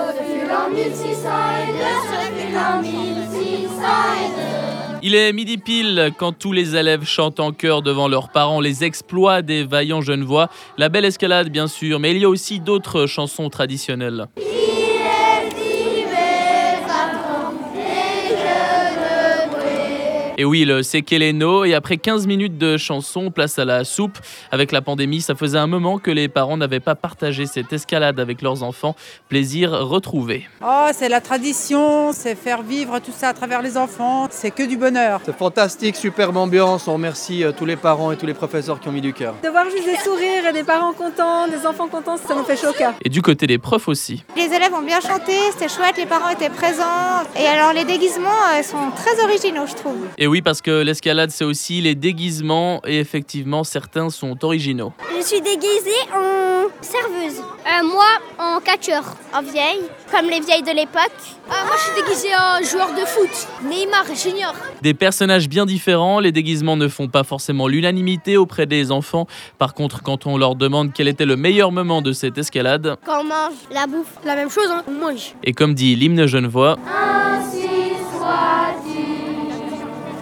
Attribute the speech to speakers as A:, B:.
A: Refus en multiside, refus en multiside.
B: Il est midi pile quand tous les élèves chantent en chœur devant leurs parents les exploits des vaillants Genevois. La belle escalade, bien sûr, mais il y a aussi d'autres chansons traditionnelles.
A: Il est divers, attends, et je le brûle.
B: Et oui, le Sekeleno, et après 15 minutes de chansons, place à la soupe. Avec la pandémie, ça faisait un moment que les parents n'avaient pas partagé cette escalade avec leurs enfants. Plaisir retrouvé.
C: Oh, c'est la tradition, c'est faire vivre tout ça à travers les enfants, c'est que du bonheur.
D: C'est fantastique, superbe ambiance. On remercie euh, tous les parents et tous les professeurs qui ont mis du cœur.
E: De voir juste des sourires et des parents contents, des enfants contents, ça nous fait chaud au cœur.
B: Et du côté des profs aussi.
F: Les élèves ont bien chanté, c'était chouette, les parents étaient présents. Et alors les déguisements euh, sont très originaux, je trouve.
B: Et oui, parce que l'escalade, c'est aussi les déguisements, et effectivement, certains sont originaux.
G: Je suis déguisée en serveuse. Euh, moi, en catcheur, en vieille, comme les vieilles de l'époque. Euh, moi, je suis déguisée en joueur de foot, Neymar Junior.
B: Des personnages bien différents, les déguisements ne font pas forcément l'unanimité auprès des enfants. Par contre, quand on leur demande quel était le meilleur moment de cette escalade,
G: Quand on mange la bouffe, la même chose, hein, on mange.
B: et comme dit l'hymne genevois,
A: Un